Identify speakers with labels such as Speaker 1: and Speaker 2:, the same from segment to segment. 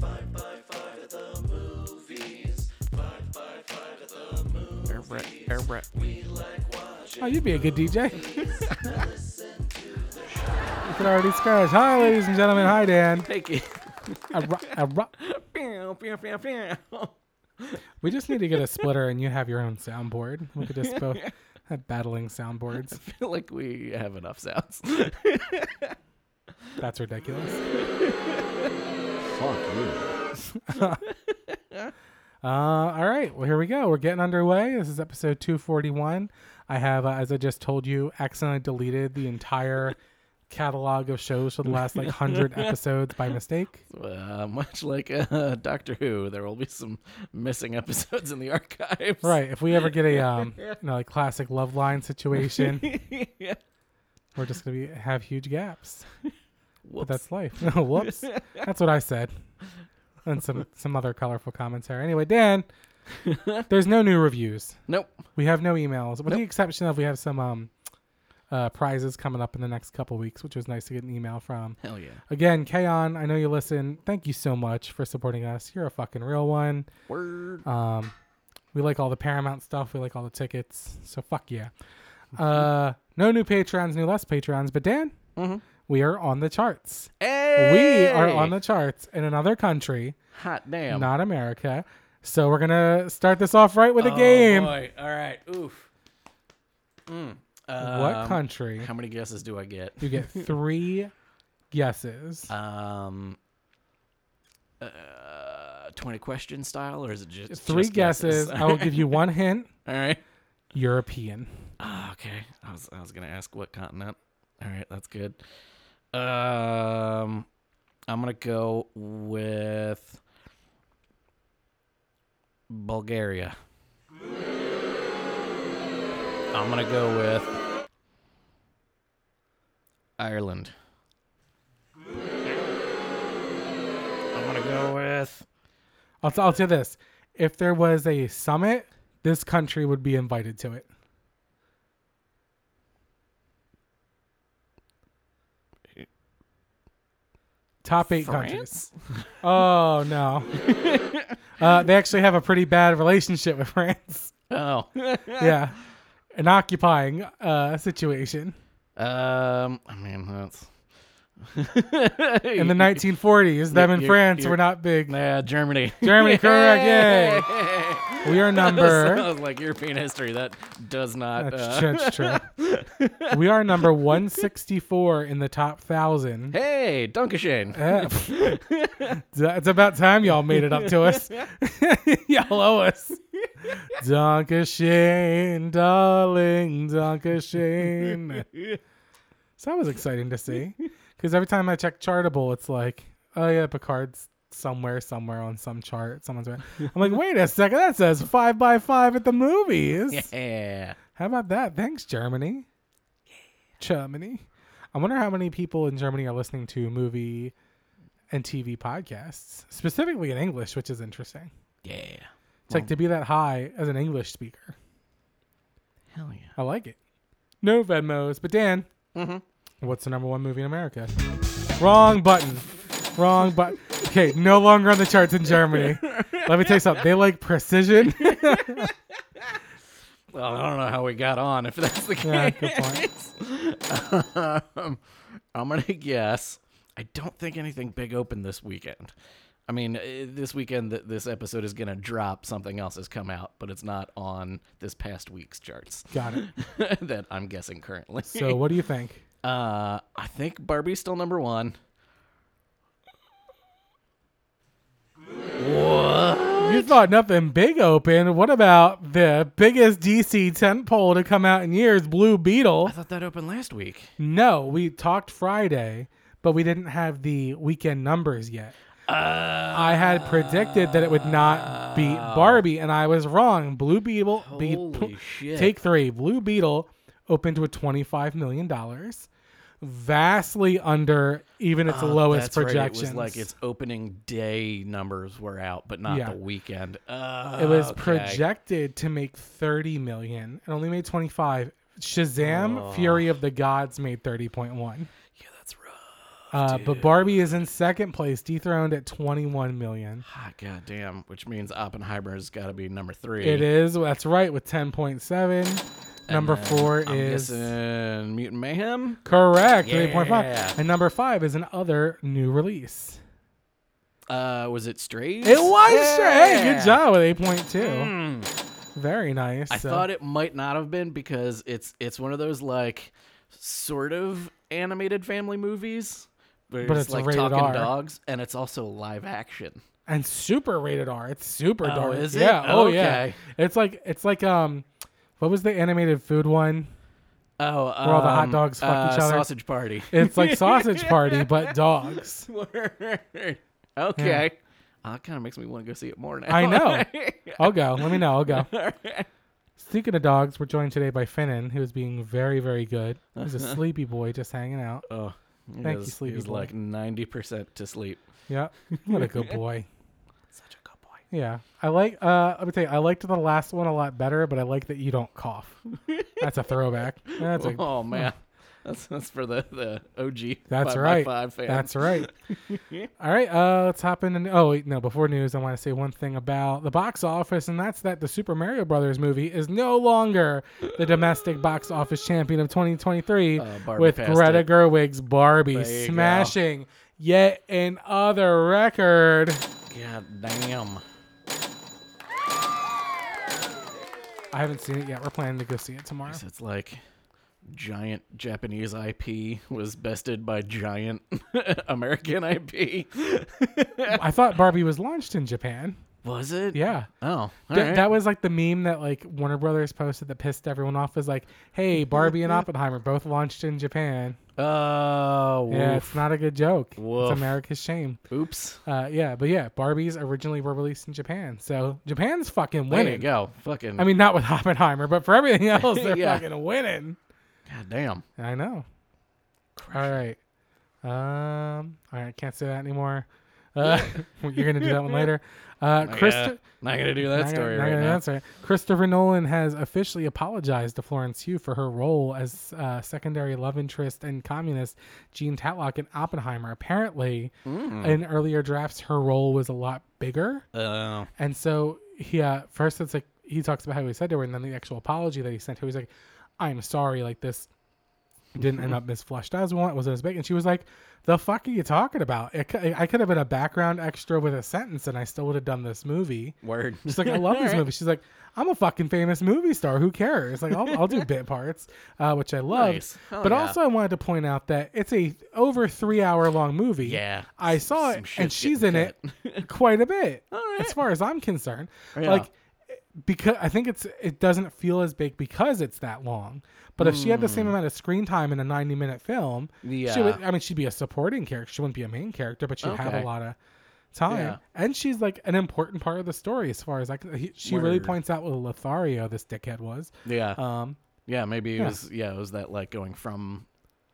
Speaker 1: Five by five at the movies. Five by five at the movies.
Speaker 2: Air brat, air brat.
Speaker 1: We like watching.
Speaker 3: Oh, you'd be a good DJ. you can already scratch. Hi, ladies and gentlemen. Hi, Dan.
Speaker 2: Take it.
Speaker 3: A ro- a ro-
Speaker 2: Pew, pew, pew, pew.
Speaker 3: We just need to get a splitter, and you have your own soundboard. We could just both have battling soundboards.
Speaker 2: I feel like we have enough sounds.
Speaker 3: That's ridiculous.
Speaker 4: Fuck you.
Speaker 3: Uh, all right. Well, here we go. We're getting underway. This is episode 241. I have, uh, as I just told you, accidentally deleted the entire catalog of shows for the last like 100 episodes by mistake.
Speaker 2: uh, much like uh, Doctor Who, there will be some missing episodes in the archives.
Speaker 3: Right. If we ever get a um, you know, like classic love line situation,
Speaker 2: yeah.
Speaker 3: we're just going to be have huge gaps. But
Speaker 2: Whoops.
Speaker 3: that's life. Whoops. That's what I said. And some some other colorful commentary. Anyway, Dan, there's no new reviews.
Speaker 2: nope.
Speaker 3: We have no emails, with the exception of we have some um, uh, prizes coming up in the next couple weeks, which was nice to get an email from.
Speaker 2: Hell yeah.
Speaker 3: Again, Kaon, I know you listen. Thank you so much for supporting us. You're a fucking real one.
Speaker 2: Word.
Speaker 3: Um, we like all the Paramount stuff. We like all the tickets. So fuck yeah. Uh, no new Patreons, new less Patreons. But Dan, we are on the charts. We are
Speaker 2: Mm-hmm. Hey!
Speaker 3: on the charts in another country,
Speaker 2: hot damn.
Speaker 3: not America. So we're gonna start this off right with a
Speaker 2: Oh,
Speaker 3: game.
Speaker 2: boy. All right. Oof. Mm.
Speaker 3: what
Speaker 2: Um,
Speaker 3: country?
Speaker 2: How many guesses do I get?
Speaker 3: You get three guesses.
Speaker 2: Um, uh, twenty question style, or is it just
Speaker 3: three
Speaker 2: just
Speaker 3: guesses. I will give you one hint.
Speaker 2: All right.
Speaker 3: European.
Speaker 2: Ah, okay. I was I was gonna ask what continent. All right, that's good. Um, I'm gonna go with Bulgaria. I'm gonna go with Ireland. I'm gonna go with
Speaker 3: I'll, I'll say this: if there was a summit, this country would be invited to it. Top eight countries.
Speaker 2: France.
Speaker 3: Oh no. uh, they actually have a pretty bad relationship with France.
Speaker 2: Oh,
Speaker 3: Yeah. An occupying uh, situation.
Speaker 2: um, I mean that's
Speaker 3: In the 1940s, them and
Speaker 2: you're-
Speaker 3: France
Speaker 2: you're-
Speaker 3: were not big.
Speaker 2: Yeah, Germany.
Speaker 3: Germany, correct, yay. We are number.
Speaker 2: Sounds like European history. That does not.
Speaker 3: That's,
Speaker 2: uh,
Speaker 3: tr- that's true. We are number 164 in the top thousand.
Speaker 2: hey, Dunkashane.
Speaker 3: Yeah. D- it's about time y'all made it up to us. y'all owe us. Dunkashane, darling, Dunkashane. So that was exciting to see. Because every time I check Chartable, it's like, oh yeah, Picard's somewhere, somewhere on some chart. Someone's right. I'm like, wait a second, that says five by five at the movies.
Speaker 2: Yeah.
Speaker 3: How about that? Thanks, Germany. Germany. I wonder how many people in Germany are listening to movie and TV podcasts, specifically in English, which is interesting.
Speaker 2: Yeah.
Speaker 3: It's like to be that high as an English speaker.
Speaker 2: Hell yeah.
Speaker 3: I like it. No Venmos, but Dan, what's the number one movie in America? Wrong button. Wrong button. Okay, no longer on the charts in Germany. Let me tell you something. They like precision.
Speaker 2: Well, I don't know how we got on if that's the case.
Speaker 3: Yeah, good point.
Speaker 2: um, I'm going to guess. I don't think anything big opened this weekend. I mean, eh, this weekend, th- this episode is going to drop. Something else has come out, but it's not on this past week's charts
Speaker 3: Got it.
Speaker 2: that I'm guessing currently.
Speaker 3: So, what do you think?
Speaker 2: Uh, I think Barbie's still number one. What?
Speaker 3: You thought nothing big opened. What about the biggest DC tentpole to come out in years, Blue Beetle?
Speaker 2: I thought that opened last week.
Speaker 3: No, we talked Friday, but we didn't have the weekend numbers yet.
Speaker 2: Uh,
Speaker 3: I had predicted that it would not beat Barbie, and I was wrong. Blue Beetle, be-
Speaker 2: Holy shit.
Speaker 3: take three. Blue Beetle opened with twenty-five million dollars, vastly under even its lowest
Speaker 2: Uh, That's right,
Speaker 3: projections.
Speaker 2: It was like its opening day numbers were out, but not
Speaker 3: Yeah.
Speaker 2: the weekend. Uh,
Speaker 3: It was
Speaker 2: okay.
Speaker 3: projected to make 30 million and only made
Speaker 2: Oh.
Speaker 3: 25. Shazam Fury of the Gods made 30.1.
Speaker 2: Yeah, that's rough.
Speaker 3: Uh, but
Speaker 2: Dude.
Speaker 3: Barbie is in second place, dethroned at 21 million.
Speaker 2: Ah, God damn. Which means Oppenheimer's got to be number three.
Speaker 3: It is. That's right. With 10.7.
Speaker 2: And
Speaker 3: number
Speaker 2: then
Speaker 3: four
Speaker 2: I'm
Speaker 3: is
Speaker 2: guessing Mutant Mayhem.
Speaker 3: correct. 3.5.
Speaker 2: Yeah.
Speaker 3: And number five is another new release.
Speaker 2: Uh, was it Strays?
Speaker 3: It was sure. Hey,
Speaker 2: Yeah.
Speaker 3: good job with 8.2.
Speaker 2: Mm.
Speaker 3: Very nice.
Speaker 2: I thought it might not have been because it's it's one of those like sort of animated family movies, where
Speaker 3: But
Speaker 2: it's,
Speaker 3: it's
Speaker 2: like
Speaker 3: rated
Speaker 2: talking
Speaker 3: R.
Speaker 2: dogs, and it's also live action.
Speaker 3: and super rated R. It's super
Speaker 2: Oh,
Speaker 3: dark.
Speaker 2: is it?
Speaker 3: yeah. Oh yeah.
Speaker 2: Okay.
Speaker 3: It's like it's like um, what was the animated food one?
Speaker 2: Oh, um,
Speaker 3: all the hot dogs fuck
Speaker 2: uh,
Speaker 3: each other.
Speaker 2: Sausage party.
Speaker 3: It's like Sausage Party, but dogs.
Speaker 2: okay, Uh, that kind of makes me want to go see it more now.
Speaker 3: I know. I'll go. Let me know. I'll go. Speaking of dogs, we're joined today by Finnan, who is being very, very good. He's a sleepy boy, just hanging out.
Speaker 2: oh, he
Speaker 3: Thank you,
Speaker 2: was, he
Speaker 3: sleepy
Speaker 2: was
Speaker 3: boy.
Speaker 2: like ninety percent to sleep.
Speaker 3: Yeah, what a good boy.
Speaker 2: Such a good boy.
Speaker 3: Yeah, I like. Uh, let me tell you, I liked the last one a lot better, but I like that you don't cough. That's a throwback. That's a
Speaker 2: oh man, that's that's for the the OG. five
Speaker 3: That's
Speaker 2: by
Speaker 3: right.
Speaker 2: Five fan.
Speaker 3: That's right. All right, uh, let's hop into. Oh wait, no. Before news, I want to say one thing about the box office, and that's that the Super Mario Brothers movie is no longer the domestic box office champion of 2023,
Speaker 2: Uh, Barbie
Speaker 3: with
Speaker 2: passed
Speaker 3: Greta
Speaker 2: it.
Speaker 3: Gerwig's Barbie
Speaker 2: There you go.
Speaker 3: smashing yet another record.
Speaker 2: God damn.
Speaker 3: I haven't seen it yet. We're planning to go see it tomorrow.
Speaker 2: So it's like giant Japanese IP was bested by giant American IP.
Speaker 3: I thought Barbie was launched in Japan.
Speaker 2: Was it?
Speaker 3: Yeah.
Speaker 2: Oh,
Speaker 3: Th-
Speaker 2: alright.
Speaker 3: That was like the meme that like Warner Brothers posted that pissed everyone off. Is like, hey, Barbie and Oppenheimer both launched in Japan.
Speaker 2: Oh,
Speaker 3: Yeah,
Speaker 2: woof.
Speaker 3: it's not a good joke.
Speaker 2: Woof.
Speaker 3: It's America's shame.
Speaker 2: oops.
Speaker 3: Uh, yeah, but yeah, Barbies originally were released in Japan, so Japan's fucking
Speaker 2: There you
Speaker 3: winning.
Speaker 2: go. Fucking.
Speaker 3: I mean, not with Oppenheimer, but for everything else, they're
Speaker 2: Yeah.
Speaker 3: fucking winning.
Speaker 2: God damn.
Speaker 3: I know. All right. Um. All right. Can't say that anymore. Uh, you're gonna do that one later. Uh,
Speaker 2: Not
Speaker 3: Christ-
Speaker 2: gonna- not gonna do that
Speaker 3: not
Speaker 2: story
Speaker 3: gonna- not
Speaker 2: right
Speaker 3: gonna
Speaker 2: now.
Speaker 3: answer. Christopher Nolan has officially apologized to Florence Hugh for her role as uh, secondary love interest and communist Gene Tatlock in Oppenheimer. Apparently,
Speaker 2: Mm.
Speaker 3: in earlier drafts, her role was a lot bigger,
Speaker 2: Oh,
Speaker 3: and so he uh, first it's like he talks about how he said to her, and then the actual apology that he sent to her, he's like, "I'm sorry, like this." Didn't end up as flushed as we want. Wasn't as big, and she was like, "The fuck are you talking about? It, cou- I could have been a background extra with a sentence, and I still would have done this movie."
Speaker 2: word.
Speaker 3: She's like, I love this movie. She's like, I'm a fucking famous movie star. Who cares? Like, I'll, I'll do bit parts, uh, which I love.
Speaker 2: Nice. Hell
Speaker 3: But
Speaker 2: yeah.
Speaker 3: also, I wanted to point out that it's a over three hour long movie.
Speaker 2: Yeah.
Speaker 3: I saw
Speaker 2: Some
Speaker 3: it, and
Speaker 2: shit's
Speaker 3: she's in
Speaker 2: getting
Speaker 3: it quite a bit,
Speaker 2: Alright.
Speaker 3: as far as I'm concerned.
Speaker 2: Yeah.
Speaker 3: Like, because I think it's it doesn't feel as big because it's that long. But if she had the same amount of screen time in a 90 minute film, she would,
Speaker 2: Hmm. Yeah.
Speaker 3: I mean, she'd be a supporting character. She wouldn't be a main character, but she'd have a
Speaker 2: Okay.
Speaker 3: lot of time.
Speaker 2: Yeah.
Speaker 3: And she's like an important part of the story as far as I can. He, she really
Speaker 2: Word.
Speaker 3: points out what a Lothario this dickhead was.
Speaker 2: Yeah.
Speaker 3: Um,
Speaker 2: yeah. Maybe it
Speaker 3: yeah.
Speaker 2: was. Yeah, it was that like going from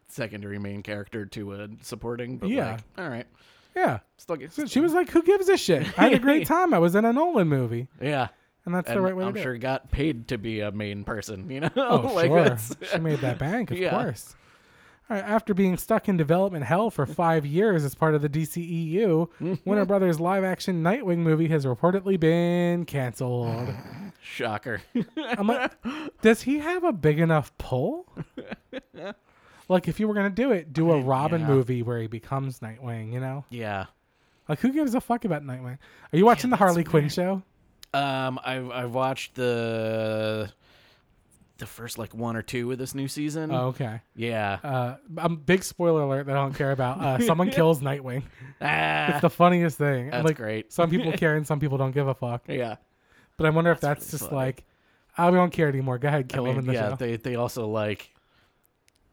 Speaker 2: secondary main character to a supporting. But
Speaker 3: Yeah.
Speaker 2: Like, all right.
Speaker 3: yeah.
Speaker 2: Still get.
Speaker 3: So she was like, who gives a shit? I had a great time. I was in a Nolan movie.
Speaker 2: Yeah.
Speaker 3: And that's
Speaker 2: And
Speaker 3: the right way
Speaker 2: I'm
Speaker 3: to do
Speaker 2: sure
Speaker 3: it.
Speaker 2: got paid to be a main person, you know?
Speaker 3: Oh,
Speaker 2: Like,
Speaker 3: sure.
Speaker 2: that's-
Speaker 3: She made that bank, of
Speaker 2: Yeah.
Speaker 3: course. All right, after being stuck in development hell for five years as part of the DCEU, Warner Brothers live action Nightwing movie has reportedly been canceled.
Speaker 2: Shocker.
Speaker 3: I'm like, does he have a big enough pull? like, if you were gonna do it, do a Robin
Speaker 2: yeah.
Speaker 3: movie where he becomes Nightwing. You know,
Speaker 2: yeah.
Speaker 3: like who gives a fuck about Nightwing? Are you watching the Harley Quinn show?
Speaker 2: Um, I've I've watched the the first like one or two of this new season.
Speaker 3: Oh, okay.
Speaker 2: yeah.
Speaker 3: Uh, um, big spoiler alert that I don't care about. Uh, someone kills Nightwing.
Speaker 2: ah,
Speaker 3: It's the funniest thing.
Speaker 2: That's
Speaker 3: like,
Speaker 2: great.
Speaker 3: Some people care and some people don't give a fuck.
Speaker 2: yeah.
Speaker 3: But I wonder if that's, just
Speaker 2: funny.
Speaker 3: like, oh, we don't care anymore. Go ahead,
Speaker 2: I
Speaker 3: kill him
Speaker 2: mean,
Speaker 3: in the
Speaker 2: yeah.
Speaker 3: show.
Speaker 2: They they also like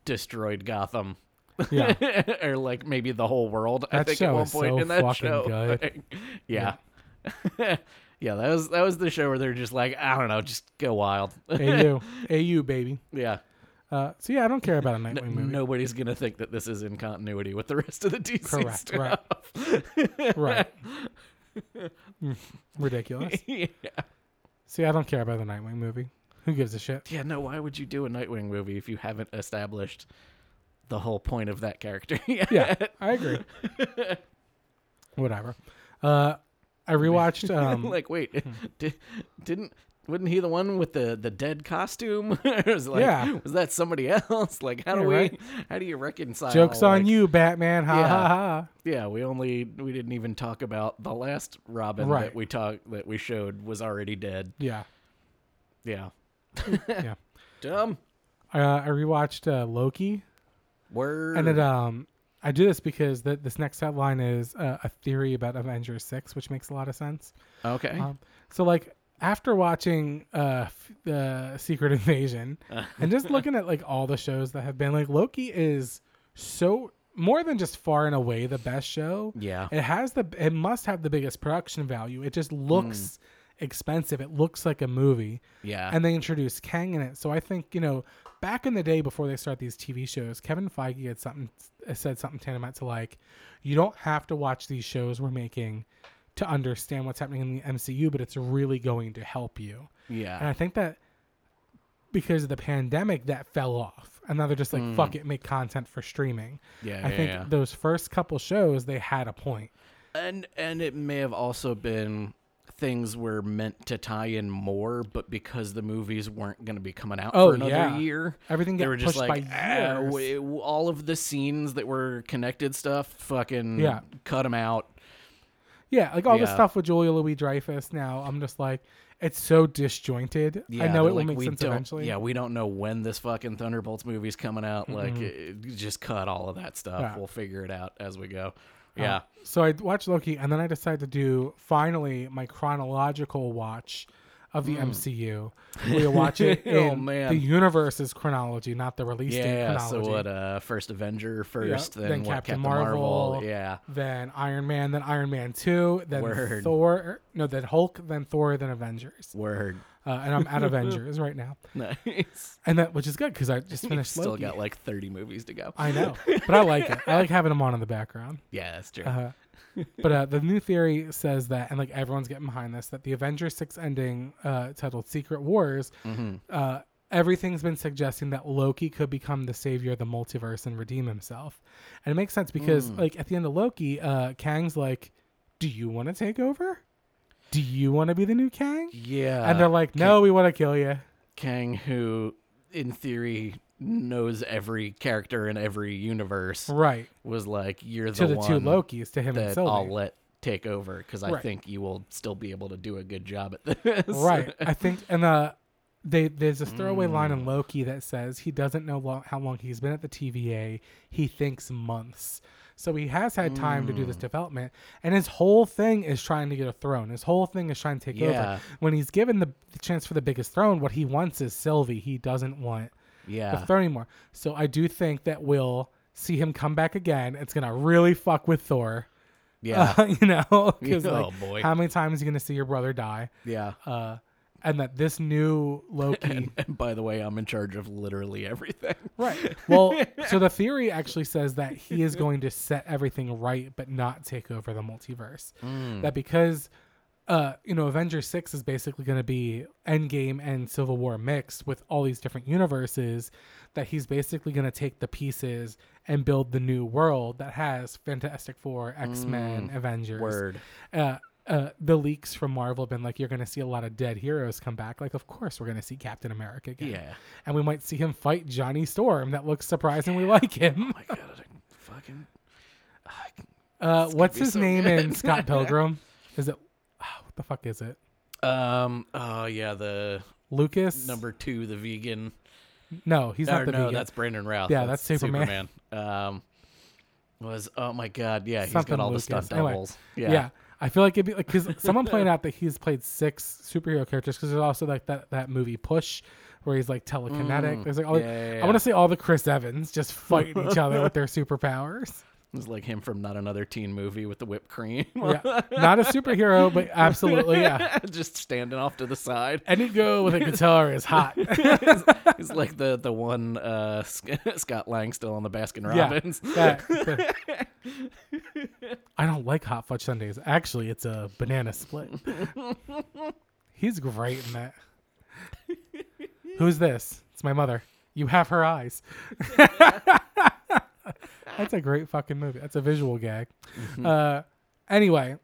Speaker 2: destroyed Gotham.
Speaker 3: yeah.
Speaker 2: or like maybe the whole world. I
Speaker 3: That
Speaker 2: think
Speaker 3: show
Speaker 2: at one
Speaker 3: is
Speaker 2: point
Speaker 3: so
Speaker 2: in that
Speaker 3: fucking
Speaker 2: show.
Speaker 3: good.
Speaker 2: Like, yeah. Yeah. that was that was the show where they're just like, I don't know, just go wild.
Speaker 3: AU, AU, baby.
Speaker 2: yeah.
Speaker 3: Uh, so yeah, I don't care about a Nightwing movie.
Speaker 2: Nobody's gonna think that this is in continuity with the rest of the DC
Speaker 3: Correct,
Speaker 2: stuff.
Speaker 3: right. right. Mm, Ridiculous.
Speaker 2: yeah.
Speaker 3: See, I don't care about the Nightwing movie. Who gives a shit?
Speaker 2: yeah, no. Why would you do a Nightwing movie if you haven't established the whole point of that character. yeah.
Speaker 3: Yeah, I agree. Whatever. Uh, I rewatched. Um,
Speaker 2: like, wait, di- didn't wasn't he the one with the the dead costume? It was like,
Speaker 3: Yeah.
Speaker 2: was that somebody else? Like, how do
Speaker 3: Yeah,
Speaker 2: we?
Speaker 3: right.
Speaker 2: How do you reconcile?
Speaker 3: Jokes on
Speaker 2: like-
Speaker 3: you, Batman! Ha
Speaker 2: Yeah.
Speaker 3: ha ha!
Speaker 2: Yeah, we only we didn't even talk about the last Robin
Speaker 3: Right.
Speaker 2: that we talked that we showed was already dead.
Speaker 3: Yeah,
Speaker 2: Yeah,
Speaker 3: yeah.
Speaker 2: dumb
Speaker 3: Uh, I rewatched uh, Loki,
Speaker 2: word.
Speaker 3: and it um, I do this because th- this next headline is uh, a theory about Avengers Six, which makes a lot of sense.
Speaker 2: okay,
Speaker 3: Um, so like after watching uh f- the Secret Invasion and just looking at like all the shows that have been like Loki is so more than just far and away the best show.
Speaker 2: Yeah.
Speaker 3: It has the it must have the biggest production value. It just looks expensive. It looks like a movie.
Speaker 2: yeah,
Speaker 3: And they introduce Kang in it. So I think, you know, back in the day before they start these TV shows, Kevin Feige had something uh, said something tantamount to like, you don't have to watch these shows we're making to understand what's happening in the MCU, but it's really going to help you. And
Speaker 2: yeah,
Speaker 3: I think that because of the pandemic, that fell off. And now they're just like, fuck it, make content for streaming.
Speaker 2: Mm. yeah.
Speaker 3: I
Speaker 2: yeah,
Speaker 3: think
Speaker 2: yeah.
Speaker 3: those first couple shows, they had a point.
Speaker 2: and and it may have also been things were meant to tie in more, but because the movies weren't going to be coming out
Speaker 3: Oh,
Speaker 2: for another
Speaker 3: yeah.
Speaker 2: year,
Speaker 3: Everything
Speaker 2: they
Speaker 3: got
Speaker 2: were just
Speaker 3: pushed
Speaker 2: like
Speaker 3: by
Speaker 2: "Ah,
Speaker 3: years."
Speaker 2: we- w- all of the scenes that were connected stuff. Fucking
Speaker 3: Yeah.
Speaker 2: cut them out.
Speaker 3: Yeah, like all the
Speaker 2: Yeah.
Speaker 3: stuff with Julia Louis Dreyfus now, I'm just like, it's so disjointed.
Speaker 2: Yeah,
Speaker 3: I know
Speaker 2: they're
Speaker 3: it will
Speaker 2: like,
Speaker 3: make
Speaker 2: we
Speaker 3: sense
Speaker 2: don't,
Speaker 3: eventually. Um,
Speaker 2: Yeah, we don't know when this fucking Thunderbolts movie's coming out. Like, it- it- just cut all of that stuff.
Speaker 3: Yeah. Oh,
Speaker 2: We'll figure it out as we go. Yeah.
Speaker 3: So I watched Loki and then I decided to do finally my chronological watch of the MCU. We watch it in
Speaker 2: Hmm. Oh, man.
Speaker 3: the universe's chronology, not the release date
Speaker 2: yeah. So
Speaker 3: chronology.
Speaker 2: what? Uh, first Avenger, first,
Speaker 3: then
Speaker 2: then, what, Captain,
Speaker 3: Captain Marvel.
Speaker 2: Marvel. Yeah.
Speaker 3: then Iron Man, then Iron Man 2, then
Speaker 2: Word.
Speaker 3: Thor, no, then Hulk, then Thor, then Avengers.
Speaker 2: Word.
Speaker 3: Uh, and I'm at Avengers right now.
Speaker 2: Nice.
Speaker 3: And that which is good cuz I just
Speaker 2: We've
Speaker 3: finished
Speaker 2: still
Speaker 3: Loki.
Speaker 2: got like 30 movies to go.
Speaker 3: I know, but I like it. I like having them on in the background.
Speaker 2: yeah, that's true.
Speaker 3: Uh, but uh, the new theory says that, and like everyone's getting behind this, that the Avengers six ending uh, titled Secret Wars,
Speaker 2: Mm-hmm.
Speaker 3: uh, everything's been suggesting that Loki could become the savior of the multiverse and redeem himself, and it makes sense because
Speaker 2: Mm.
Speaker 3: like at the end of Loki, uh, Kang's like, "Do you want to take over? Do you want to be the new Kang?"
Speaker 2: yeah.
Speaker 3: and they're like, "No, we want to kill you."
Speaker 2: Kang, who in theory knows every character in every universe,
Speaker 3: Right
Speaker 2: was like, "You're the
Speaker 3: to the,
Speaker 2: one
Speaker 3: two Lokis, to him and
Speaker 2: that
Speaker 3: Sylvie.
Speaker 2: I'll let take over because I
Speaker 3: Right.
Speaker 2: think you will still be able to do a good job at this."
Speaker 3: right i think and uh they there's this throwaway line
Speaker 2: Mm.
Speaker 3: in loki that says he doesn't know lo- how long he's been at the tva he thinks months so he has had time to do
Speaker 2: Mm.
Speaker 3: this development and his whole thing is trying to get a throne his whole thing is trying to take over
Speaker 2: Yeah.
Speaker 3: when he's given the, the chance for the biggest throne what he wants is sylvie he doesn't want the
Speaker 2: yeah.
Speaker 3: throne anymore so i do think that we'll see him come back again it's gonna really fuck with thor
Speaker 2: Yeah.
Speaker 3: you know because
Speaker 2: Oh,
Speaker 3: like,
Speaker 2: boy.
Speaker 3: how many times are you gonna see your brother die
Speaker 2: yeah.
Speaker 3: uh, and that this new Loki.
Speaker 2: And by the way, I'm in charge of literally everything.
Speaker 3: right. Well, so the theory actually says that he is going to set everything right, but not take over the multiverse. That because, uh, you know, Avengers 6 is basically going to be Endgame and Civil War mixed with all these different universes, that he's basically going to take the pieces and build the new world that has Fantastic Four, X Men, Avengers.
Speaker 2: Word.
Speaker 3: uh, uh, the leaks from Marvel have been like, you're going to see a lot of dead heroes come back. Like, of course, we're going to see Captain America again.
Speaker 2: Yeah.
Speaker 3: And we might see him fight Johnny Storm. That looks surprisingly like him.
Speaker 2: I gotta fucking.
Speaker 3: Uh, what's
Speaker 2: be
Speaker 3: his
Speaker 2: so
Speaker 3: name in
Speaker 2: good.
Speaker 3: Scott Pilgrim? Is it, ah, what the fuck is it?
Speaker 2: Um. Oh yeah. The
Speaker 3: Lucas?
Speaker 2: number two, the vegan.
Speaker 3: No, he's
Speaker 2: Or
Speaker 3: not the
Speaker 2: no,
Speaker 3: vegan.
Speaker 2: that's Brandon Routh.
Speaker 3: Yeah, that's Superman.
Speaker 2: Superman. Um, was oh my god, yeah, he's
Speaker 3: Something
Speaker 2: got all
Speaker 3: Lucas.
Speaker 2: the stunt
Speaker 3: Anyway,
Speaker 2: doubles.
Speaker 3: yeah.
Speaker 2: yeah.
Speaker 3: I feel like it'd be like, because someone pointed out that he's played six superhero characters because there's also like that, that movie Push where he's like telekinetic. there's like all,
Speaker 2: Mm. yeah, yeah,
Speaker 3: I
Speaker 2: yeah.
Speaker 3: want to see all the Chris Evans just fighting each other with their superpowers.
Speaker 2: it was like him from not another teen movie with the whipped cream.
Speaker 3: yeah. Not a superhero, but absolutely, yeah.
Speaker 2: just standing off to the side.
Speaker 3: Any girl with a guitar is hot.
Speaker 2: He's like the the one uh, Sc- Scott Lang still on the Baskin
Speaker 3: Yeah,
Speaker 2: Robbins.
Speaker 3: that- that- I don't like hot fudge sundaes. Actually, it's a banana split. He's great in that. Who's this? It's my mother. You have her eyes. That's a great fucking movie. That's a visual gag. Uh, anyway,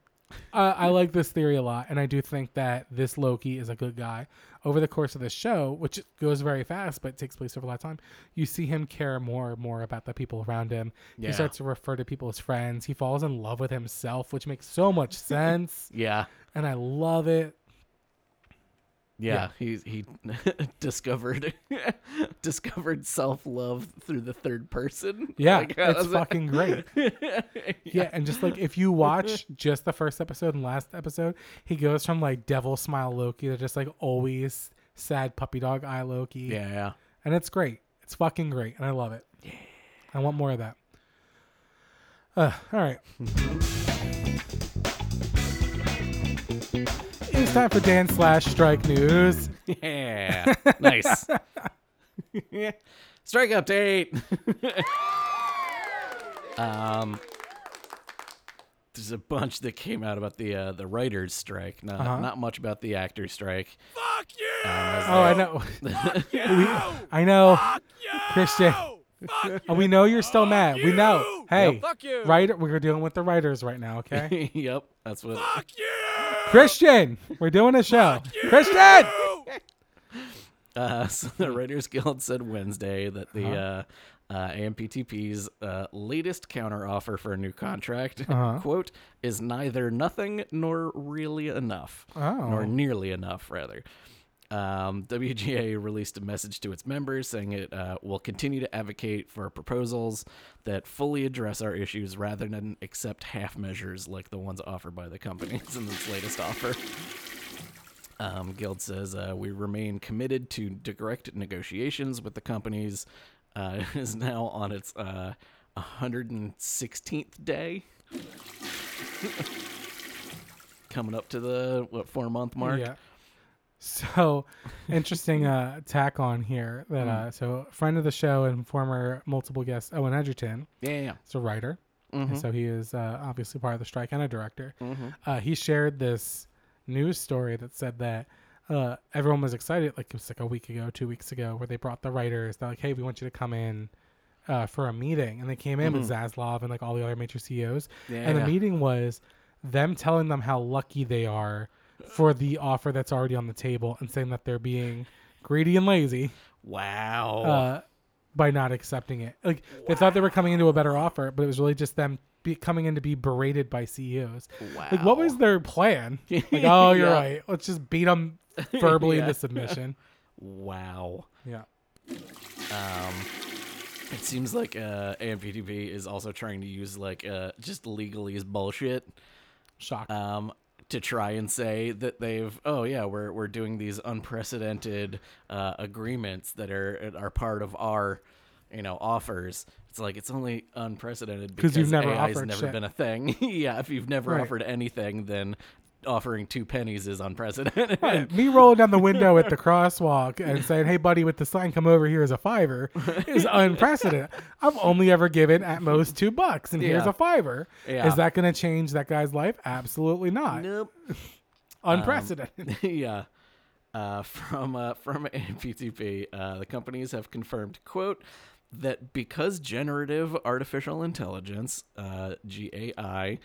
Speaker 3: uh, I like this theory a lot, and I do think that this Loki is a good guy. Over the course of the show, which goes very fast but takes place over a lot of time, you see him care more and more about the people around him.
Speaker 2: Yeah.
Speaker 3: He starts to refer to people as friends. He falls in love with himself, which makes so much sense,
Speaker 2: Yeah.
Speaker 3: and I love it.
Speaker 2: Yeah, he's he discovered discovered self love through the third person.
Speaker 3: Yeah,
Speaker 2: Like, how
Speaker 3: it's
Speaker 2: does it-
Speaker 3: fucking great. Yeah, and just like if you watch just the first episode and last episode, he goes from like devil smile Loki to just like always sad puppy dog eye Loki.
Speaker 2: yeah, yeah.
Speaker 3: And it's great. It's fucking great. And I love it. Yeah. I want more of that. Uh, all right. it's time for Dan slash strike news.
Speaker 2: Yeah. nice. Strike update. um there's a bunch that came out about the uh, the writers strike, not
Speaker 3: Uh-huh.
Speaker 2: not much about the actors strike. Um,
Speaker 1: Fuck you!
Speaker 3: Oh, I know.
Speaker 1: you!
Speaker 3: I know.
Speaker 1: Fuck you!
Speaker 3: Christian.
Speaker 1: Fuck
Speaker 3: And we know you're still mad. We know.
Speaker 1: you!
Speaker 3: Hey,
Speaker 1: Fuck you!
Speaker 3: writer, we're dealing with the writers right now, okay?
Speaker 2: yep, that's what
Speaker 1: Fuck you!
Speaker 3: Christian, we're doing a show. Christian!
Speaker 2: Uh, so
Speaker 3: Hmm.
Speaker 2: the Writers Guild said Wednesday that the
Speaker 3: Uh-huh.
Speaker 2: uh uh, AMPTP's uh, latest counteroffer for a new contract,
Speaker 3: Uh-huh.
Speaker 2: quote, is neither nothing nor really enough,
Speaker 3: Oh.
Speaker 2: nor nearly enough, rather. Um, WGA released a message to its members saying it uh, will continue to advocate for proposals that fully address our issues rather than accept half measures like the ones offered by the companies in its latest offer. Um, Guild says uh, we remain committed to direct negotiations with the companies. Uh, it is now on its uh, 116th day. Coming up to the what four month mark?
Speaker 3: Yeah. So interesting uh, tack on here that uh, so friend of the show and former multiple guest Owen Edgerton
Speaker 2: yeah, yeah. yeah.
Speaker 3: is a writer,
Speaker 2: Mm-hmm.
Speaker 3: and so he is uh, obviously part of the strike and a director. Uh, he shared this news story that said that. Uh, everyone was excited, like it was like a week ago, two weeks ago, where they brought the writers. They're like, "Hey, we want you to come in uh, for a meeting," and they came in with Zaslav and like all the other major CEOs. And the
Speaker 2: Mm-hmm. Yeah.
Speaker 3: meeting was them telling them how lucky they are for the offer that's already on the table and saying that they're being greedy and lazy
Speaker 2: Wow.
Speaker 3: uh, by not accepting it. Like they thought they were coming into a better offer, but it was really just them be, coming in to be berated by CEOs. Like what
Speaker 2: Wow.
Speaker 3: was their plan? Like oh, you're
Speaker 2: Yeah.
Speaker 3: right. Let's just beat them verbally
Speaker 2: Yeah.
Speaker 3: into submission.
Speaker 2: wow.
Speaker 3: Yeah.
Speaker 2: It seems like uh, AMPTP is also trying to use like uh, just legalese bullshit
Speaker 3: Shock.
Speaker 2: um, to try and say that they've oh yeah we're we're doing these unprecedented uh, agreements that are are part of our you know offers. It's like it's only unprecedented because
Speaker 3: you've never
Speaker 2: AI's
Speaker 3: offered
Speaker 2: never
Speaker 3: shit.
Speaker 2: been a thing. yeah, if you've never
Speaker 3: Right.
Speaker 2: offered anything, then offering two pennies is unprecedented.
Speaker 3: me rolling down the window at the crosswalk and saying, "Hey, buddy, with the sign, come over here is a fiver," is unprecedented. I've only ever given at most two bucks, and here's
Speaker 2: Yeah.
Speaker 3: a fiver.
Speaker 2: Yeah.
Speaker 3: Is that going to change that guy's life? Absolutely not.
Speaker 2: nope. Um,
Speaker 3: Unprecedented.
Speaker 2: yeah. Uh, from uh, from AMPTP, uh, the companies have confirmed, quote, that because generative artificial intelligence, uh, GAI,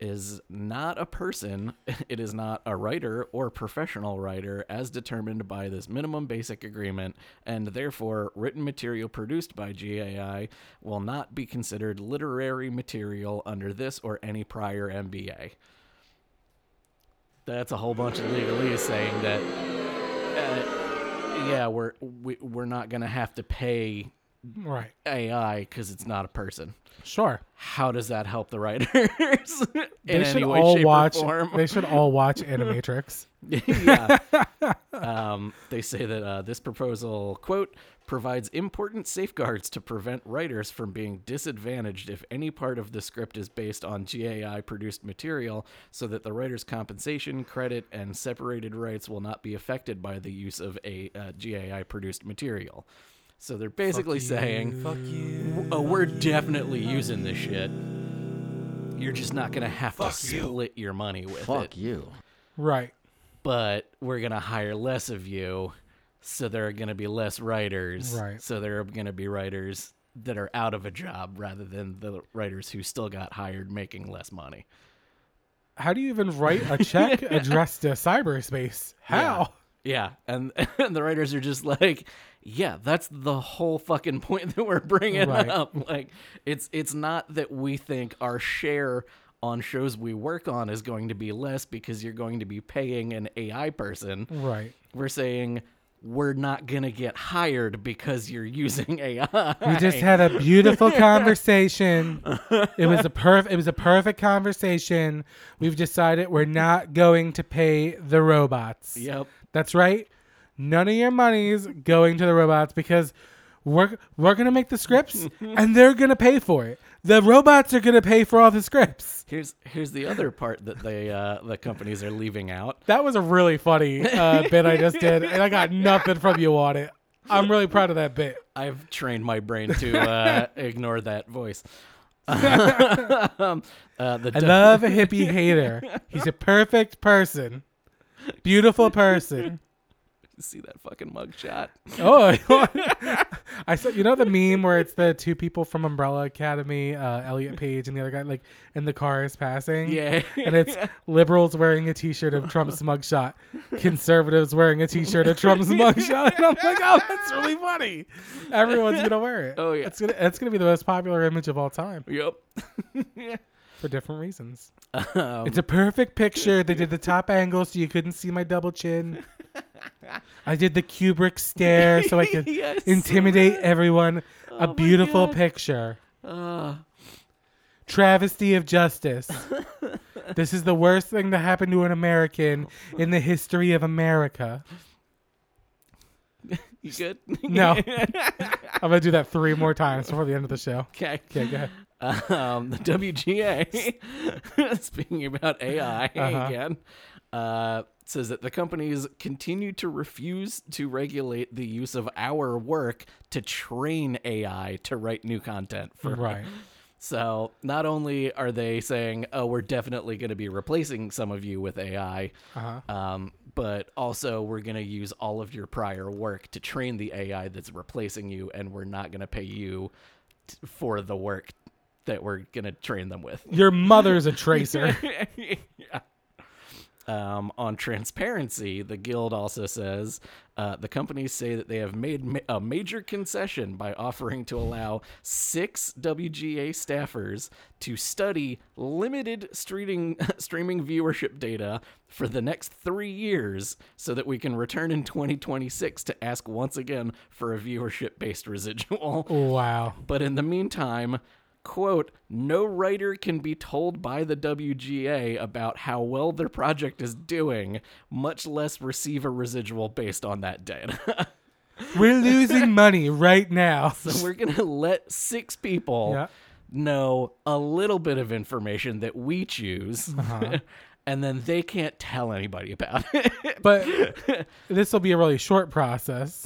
Speaker 2: is not a person, it is not a writer or professional writer as determined by this minimum basic agreement, and therefore written material produced by GAI will not be considered literary material under this or any prior MBA that's a whole bunch of legalese saying that uh, yeah we're we, we're not gonna have to pay
Speaker 3: right.
Speaker 2: ai because it's not a person
Speaker 3: Sure.
Speaker 2: how does that help the writers in
Speaker 3: They should
Speaker 2: any way
Speaker 3: all
Speaker 2: shape
Speaker 3: watch.
Speaker 2: or form
Speaker 3: They should all watch Animatrix.
Speaker 2: yeah. um, they say that uh, this proposal, quote, provides important safeguards to prevent writers from being disadvantaged if any part of the script is based on GAI produced material, so that the writer's compensation, credit, and separated rights will not be affected by the use of a uh, GAI produced material. So they're basically saying, Fuck you. Oh, we're definitely using this shit. You're just not going to have to split your money with it
Speaker 4: Fuck you.
Speaker 3: Right.
Speaker 2: but we're gonna hire less of you, so there are gonna be less writers.
Speaker 3: Right.
Speaker 2: So there are gonna be writers that are out of a job rather than the writers who still got hired making less money.
Speaker 3: How do you even write a check addressed to cyberspace? How?
Speaker 2: Yeah, and, and the writers are just like, yeah, that's the whole fucking point that we're bringing
Speaker 3: Right.
Speaker 2: up. Like, it's it's not that we think our share on shows we work on is going to be less because you're going to be paying an AI person.
Speaker 3: Right.
Speaker 2: We're saying we're not gonna get hired because you're using AI.
Speaker 3: We just had a beautiful conversation. It was a perf- it was a perfect conversation. We've decided we're not going to pay the robots.
Speaker 2: Yep.
Speaker 3: That's right. None of your money's going to the robots because we're we're gonna make the scripts and they're gonna pay for it. The robots are gonna pay for all the scripts.
Speaker 2: Here's here's the other part that they uh, the companies are leaving out.
Speaker 3: That was a really funny uh, bit I just did, and I got nothing from you on it. I'm really proud of that bit.
Speaker 2: I've trained my brain to uh, ignore that voice. um, uh, the
Speaker 3: I
Speaker 2: de-
Speaker 3: love a hippie hater. He's a perfect person, beautiful person.
Speaker 2: see that fucking mugshot.
Speaker 3: Oh, I saw. You know the meme where it's the two people from Umbrella Academy, uh, Elliot Page and the other guy, like, and the car is passing.
Speaker 2: Yeah.
Speaker 3: and it's liberals wearing a T-shirt of Trump's mugshot, conservatives wearing a T-shirt of Trump's mugshot. And I'm like, oh, that's really funny. Everyone's gonna wear it.
Speaker 2: Oh, yeah.
Speaker 3: it's gonna it's gonna be the most popular image of all time
Speaker 2: Yep.
Speaker 3: for different reasons.
Speaker 2: Um,
Speaker 3: It's a perfect picture. They did the top angle so you couldn't see my double chin. I did the Kubrick stare so I could
Speaker 2: Yes.
Speaker 3: intimidate everyone.
Speaker 2: Oh my
Speaker 3: a beautiful
Speaker 2: God.
Speaker 3: picture.
Speaker 2: uh,
Speaker 3: Travesty of justice. this is the worst thing to happen to an American in the history of America.
Speaker 2: you good?
Speaker 3: No. I'm going to do that three more times before the end of the show.
Speaker 2: okay.
Speaker 3: Okay, go ahead.
Speaker 2: Um, the WGA, speaking about AI
Speaker 3: Uh-huh.
Speaker 2: again, uh, says that the companies continue to refuse to regulate the use of our work to train AI to write new content for
Speaker 3: Right.
Speaker 2: So not only are they saying, "Oh, we're definitely going to be replacing some of you with AI,"
Speaker 3: Uh-huh.
Speaker 2: um, but also we're going to use all of your prior work to train the AI that's replacing you, and we're not going to pay you t- for the work that we're going to train them with.
Speaker 3: Your mother's a tracer.
Speaker 2: Yeah. Um, on transparency, the guild also says uh, the companies say that they have made ma- a major concession by offering to allow six WGA staffers to study limited streaming streaming viewership data for the next three years, so that we can return in 2026 to ask once again for a viewership based residual.
Speaker 3: wow.
Speaker 2: But in the meantime, quote, no writer can be told by the WGA about how well their project is doing, much less receive a residual based on that data.
Speaker 3: We're losing money right now.
Speaker 2: so we're going to let six people
Speaker 3: Yeah.
Speaker 2: know a little bit of information that we choose. And then they can't tell anybody about it.
Speaker 3: But this will be a really short process.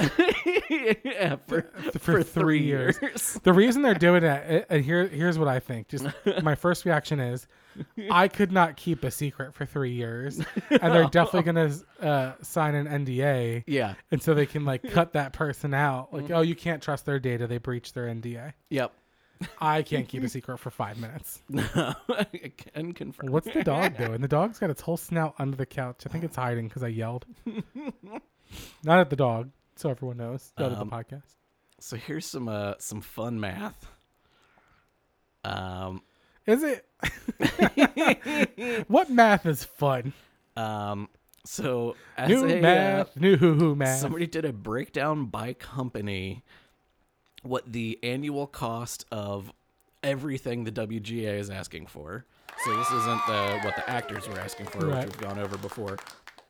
Speaker 2: yeah, for, for,
Speaker 3: three
Speaker 2: three
Speaker 3: years.
Speaker 2: years.
Speaker 3: The reason they're doing that, and here, here's what I think. Just my first reaction is, I could not keep a secret for three years, and they're definitely gonna uh, sign an NDA,
Speaker 2: Yeah.
Speaker 3: and so they can like cut that person out.
Speaker 2: Mm-hmm.
Speaker 3: Like, oh, you can't trust their data; they breached their NDA.
Speaker 2: Yep.
Speaker 3: I can't keep a secret for five minutes.
Speaker 2: I can confirm.
Speaker 3: What's the dog doing? The dog's got its whole snout under the couch. I think it's hiding because I yelled. Not at the dog, so everyone knows. Not at the
Speaker 2: Um,
Speaker 3: podcast.
Speaker 2: So here's some uh some fun math. Um
Speaker 3: Is it? what math is fun?
Speaker 2: um so as
Speaker 3: New
Speaker 2: a, uh,
Speaker 3: math, new hoo hoo math.
Speaker 2: somebody did a breakdown by company what the annual cost of everything the WGA is asking for. So this isn't the what the actors were asking for,
Speaker 3: Right.
Speaker 2: which we've gone over before.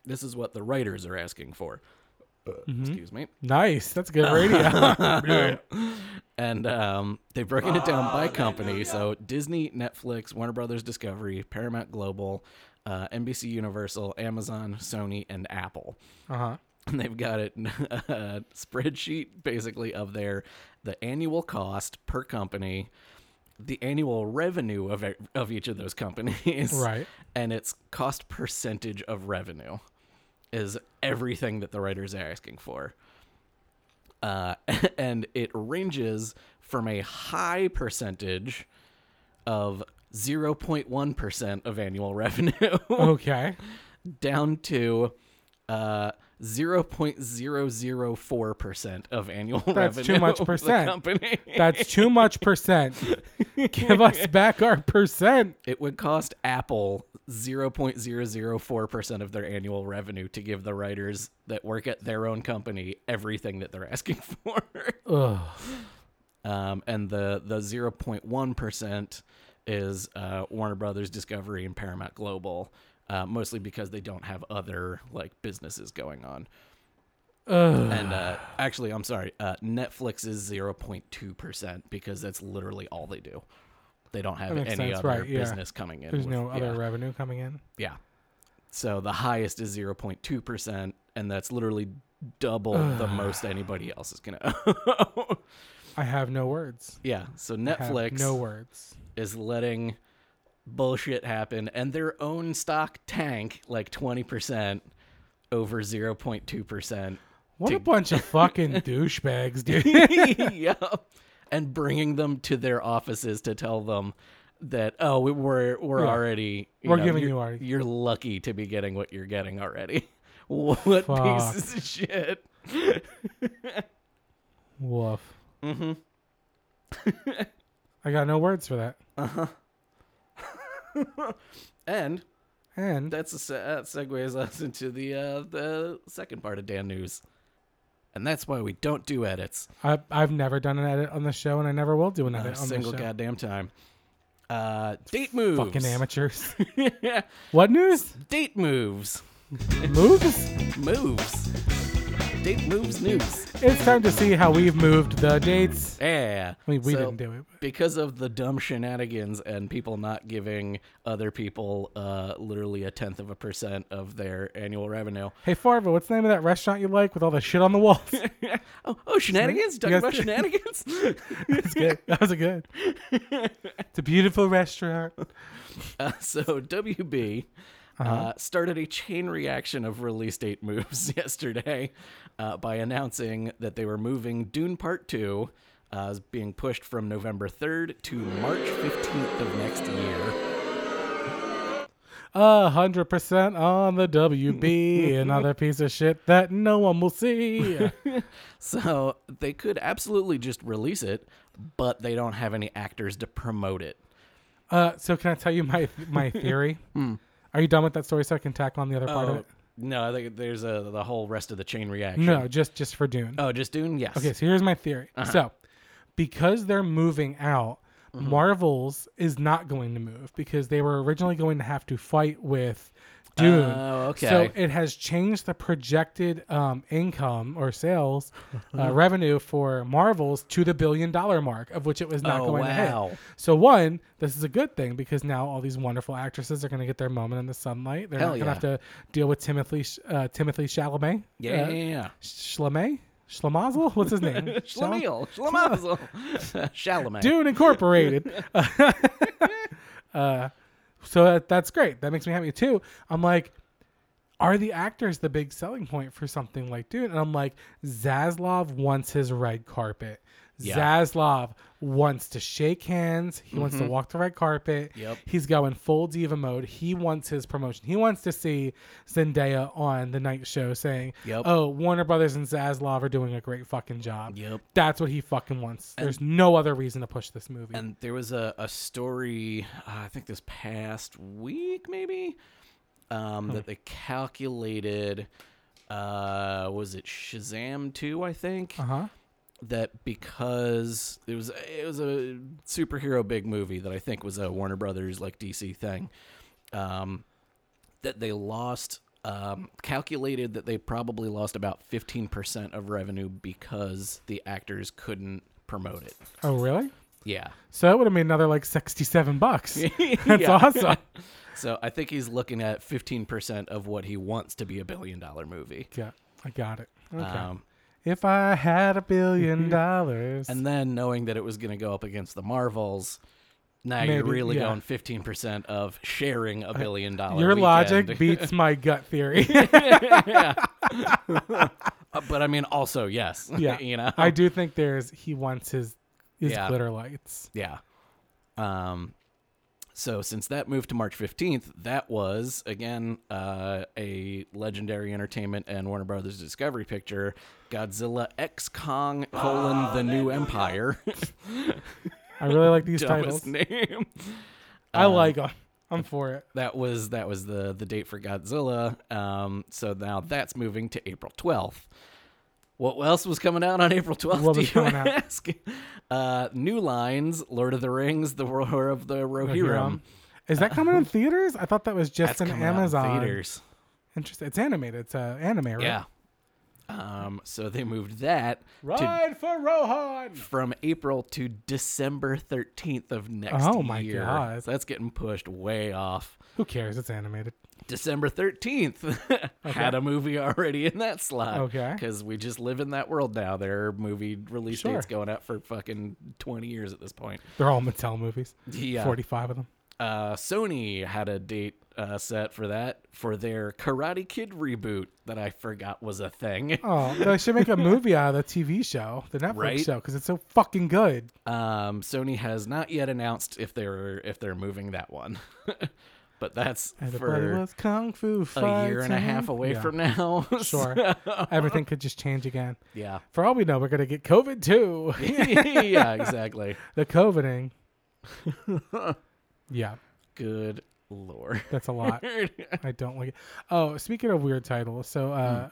Speaker 2: This is what the writers are asking for. Uh,
Speaker 3: Mm-hmm.
Speaker 2: Excuse me.
Speaker 3: nice, that's good radio.
Speaker 2: And um, they've broken it down by company. So Disney, Netflix, Warner Brothers Discovery, Paramount Global, uh, NBC Universal, Amazon, Sony, and Apple.
Speaker 3: uh huh.
Speaker 2: And they've got it a spreadsheet basically of their the annual cost per company, the annual revenue of e- of each of those companies,
Speaker 3: Right.
Speaker 2: And its cost percentage of revenue is everything that the writers are asking for uh, and it ranges from a high percentage of 0.1% of annual revenue
Speaker 3: Okay.
Speaker 2: down to uh, 0.004% of annual
Speaker 3: That's
Speaker 2: revenue.
Speaker 3: too much
Speaker 2: of the
Speaker 3: percent.
Speaker 2: company.
Speaker 3: That's too much percent. Give us back our percent.
Speaker 2: It would cost Apple 0.004% of their annual revenue to give the writers that work at their own company everything that they're asking for.
Speaker 3: Ugh.
Speaker 2: Um, and the, the 0.1% is uh, Warner Brothers Discovery and Paramount Global, uh, mostly because they don't have other like businesses going on.
Speaker 3: Ugh.
Speaker 2: And uh, actually, I'm sorry, uh, Netflix is 0.2% because that's literally all they do. They don't have any
Speaker 3: That makes sense,
Speaker 2: other
Speaker 3: right, yeah.
Speaker 2: business coming in.
Speaker 3: There's
Speaker 2: with-
Speaker 3: no
Speaker 2: yeah.
Speaker 3: other revenue coming in.
Speaker 2: Yeah. So the highest is 0.2%, and that's literally double the most anybody else is going to
Speaker 3: I have no words.
Speaker 2: Yeah. So
Speaker 3: I have
Speaker 2: Netflix
Speaker 3: No words.
Speaker 2: is letting bullshit happen, and their own stock tank like 20% over 0.2%.
Speaker 3: What a
Speaker 2: Dude.
Speaker 3: bunch of fucking douchebags, dude.
Speaker 2: yeah. And bringing them to their offices to tell them that oh we- we're we're
Speaker 3: Yeah.
Speaker 2: already
Speaker 3: We're
Speaker 2: know,
Speaker 3: giving
Speaker 2: you're,
Speaker 3: you our-
Speaker 2: you're lucky to be getting what you're getting already. what
Speaker 3: Fuck.
Speaker 2: pieces of shit.
Speaker 3: Woof. Mm-hmm. I got no words for that.
Speaker 2: And
Speaker 3: And
Speaker 2: that's a se- that segues us into the uh, the second part of Dan News, and that's why we don't do edits
Speaker 3: I, I've never done an edit on the show, and I never will do an
Speaker 2: a
Speaker 3: edit on the show.
Speaker 2: single goddamn time. Uh, date moves.
Speaker 3: Fucking amateurs.
Speaker 2: amateur.
Speaker 3: what news?
Speaker 2: date moves.
Speaker 3: Moves?
Speaker 2: Moves. Date moves news.
Speaker 3: It's time to see how we've moved the dates.
Speaker 2: Yeah.
Speaker 3: I mean, we
Speaker 2: So,
Speaker 3: didn't do it.
Speaker 2: Because of the dumb shenanigans and people not giving other people uh, literally a tenth of a percent of their annual revenue.
Speaker 3: Hey, Farva, what's the name of that restaurant you like with all the shit on the walls?
Speaker 2: Oh, oh shenanigans? You talking
Speaker 3: Yes.
Speaker 2: about shenanigans?
Speaker 3: That's good. That was a good. It's a beautiful restaurant.
Speaker 2: uh, so, WB. uh
Speaker 3: Uh-huh.
Speaker 2: started a chain reaction of release date moves yesterday uh, by announcing that they were moving Dune Part 2 uh, as being pushed from November 3rd to March 15th of next year.
Speaker 3: A hundred percent on the WB. Another piece of shit that no one will see.
Speaker 2: So they could absolutely just release it, but they don't have any actors to promote it.
Speaker 3: Uh, so can I tell you my my theory? Are you done with that story so I can tackle on the other part of
Speaker 2: Oh,
Speaker 3: it?
Speaker 2: no, I think there's a, the whole rest of the chain reaction.
Speaker 3: No, just just for Dune.
Speaker 2: Oh, just Dune? Yes. Uh-huh.
Speaker 3: Okay, so here's my theory. So, because they're moving out,
Speaker 2: Mm-hmm.
Speaker 3: Marvel's is not going to move because they were originally going to have to fight with Dune.
Speaker 2: Oh,
Speaker 3: So
Speaker 2: okay.
Speaker 3: it has changed the projected um, income or sales
Speaker 2: Mm-hmm.
Speaker 3: uh, revenue for Marvel's to the billion dollar mark, of which it was not
Speaker 2: Oh,
Speaker 3: going to
Speaker 2: wow.
Speaker 3: hit. So one, this is a good thing because now all these wonderful actresses are going to get their moment in the sunlight. They're
Speaker 2: Hell
Speaker 3: not going to
Speaker 2: yeah.
Speaker 3: have to deal with Timothy Sh- uh, Timothy Chalamet.
Speaker 2: Yeah,
Speaker 3: uh,
Speaker 2: yeah, yeah.
Speaker 3: Schlame? Schlamazel? What's his name? Schlame-
Speaker 2: Schlemiel. Schlemazel. Chalamet.
Speaker 3: Dune Incorporated. Uh, so that, that's great. That makes me happy too. I'm like, are the actors the big selling point for something like Dune? And I'm like, Zaslav wants his red carpet.
Speaker 2: Yeah. Mm-hmm.
Speaker 3: Zaslav wants to shake hands. He wants to walk the red carpet.
Speaker 2: Yep.
Speaker 3: He's going full diva mode. He wants his promotion. He wants to see Zendaya on the night show saying,
Speaker 2: Yep.
Speaker 3: "Oh, Warner Brothers and Zaslav are doing a great fucking job."
Speaker 2: Yep.
Speaker 3: That's what he fucking wants. There's no other reason to push this movie.
Speaker 2: And there was a, a story, uh, I think this past week, maybe, um, that they calculated. Uh, was it Shazam 2, I think?
Speaker 3: uh huh.
Speaker 2: That because it was it was a superhero big movie that I think was a Warner Brothers like DC thing, um, that they lost um, calculated that they probably lost about fifteen percent of revenue because the actors couldn't promote it.
Speaker 3: Oh, really?
Speaker 2: Yeah,
Speaker 3: So that would have made another like sixty-seven bucks. That's
Speaker 2: Yeah.
Speaker 3: awesome.
Speaker 2: So I think he's looking at 15% of what he wants to be a billion dollar movie.
Speaker 3: Yeah, I got it. Okay.
Speaker 2: Um,
Speaker 3: if I had a billion dollars,
Speaker 2: and then knowing that it was going to go up against the Marvels, now you're
Speaker 3: Maybe,
Speaker 2: really
Speaker 3: yeah.
Speaker 2: going 15% of sharing a billion dollar.
Speaker 3: your logic
Speaker 2: weekend.
Speaker 3: beats my gut theory.
Speaker 2: Uh, but I mean, also, yes.
Speaker 3: yeah,
Speaker 2: you know?
Speaker 3: I do think there's he wants his is
Speaker 2: Yeah.
Speaker 3: glitter lights.
Speaker 2: Yeah. Um, so since that moved to March 15th, that was again uh, a legendary entertainment and Warner Brothers Discovery picture, Godzilla X Kong: colon, The New Empire.
Speaker 3: I really like these titles.
Speaker 2: Dumbest um, name.
Speaker 3: I like them. I'm for it.
Speaker 2: That was that was the the date for Godzilla. Um, so now that's moving to April 12th. What else was coming out on April 12th?
Speaker 3: What
Speaker 2: do
Speaker 3: was
Speaker 2: you
Speaker 3: coming out?
Speaker 2: ask? Uh, New Lines, Lord of the Rings, The War of the Rohirrim.
Speaker 3: Rohirrim. Is that coming in theaters? I thought that was just
Speaker 2: That's
Speaker 3: an
Speaker 2: coming out in
Speaker 3: Amazon.
Speaker 2: theaters.
Speaker 3: Interesting. It's animated. It's uh, anime, right?
Speaker 2: Yeah. Um, so they moved that to,
Speaker 3: Ride for Rohan.
Speaker 2: from April to December 13th of next year.
Speaker 3: Oh my God.
Speaker 2: So that's getting pushed way off.
Speaker 3: Who cares? It's animated.
Speaker 2: December 13th had a movie already in that slot.
Speaker 3: Okay.
Speaker 2: Because we just live in that world now. There are movie release dates
Speaker 3: Sure.
Speaker 2: going out for fucking 20 years at this point.
Speaker 3: They're all Mattel movies.
Speaker 2: Yeah.
Speaker 3: 45 of them.
Speaker 2: Uh, Sony had a date uh, set for that for their Karate Kid reboot that I forgot was a thing.
Speaker 3: Oh, they should make a movie out of the TV show, the Netflix
Speaker 2: Right?
Speaker 3: show, because it's so fucking good.
Speaker 2: Um, Sony has not yet announced if they're if they're moving that one, but that's
Speaker 3: Everybody
Speaker 2: for
Speaker 3: loves Kung Fu
Speaker 2: a year and a half
Speaker 3: fighting.
Speaker 2: away
Speaker 3: Yeah,
Speaker 2: from now.
Speaker 3: Sure. Everything could just change again.
Speaker 2: yeah.
Speaker 3: For all we know, we're going to get COVID too.
Speaker 2: yeah. Exactly.
Speaker 3: the COVIDing. yeah,
Speaker 2: Good lord.
Speaker 3: that's a lot. I don't like it. Oh, speaking of weird titles, so
Speaker 2: Hmm.
Speaker 3: uh,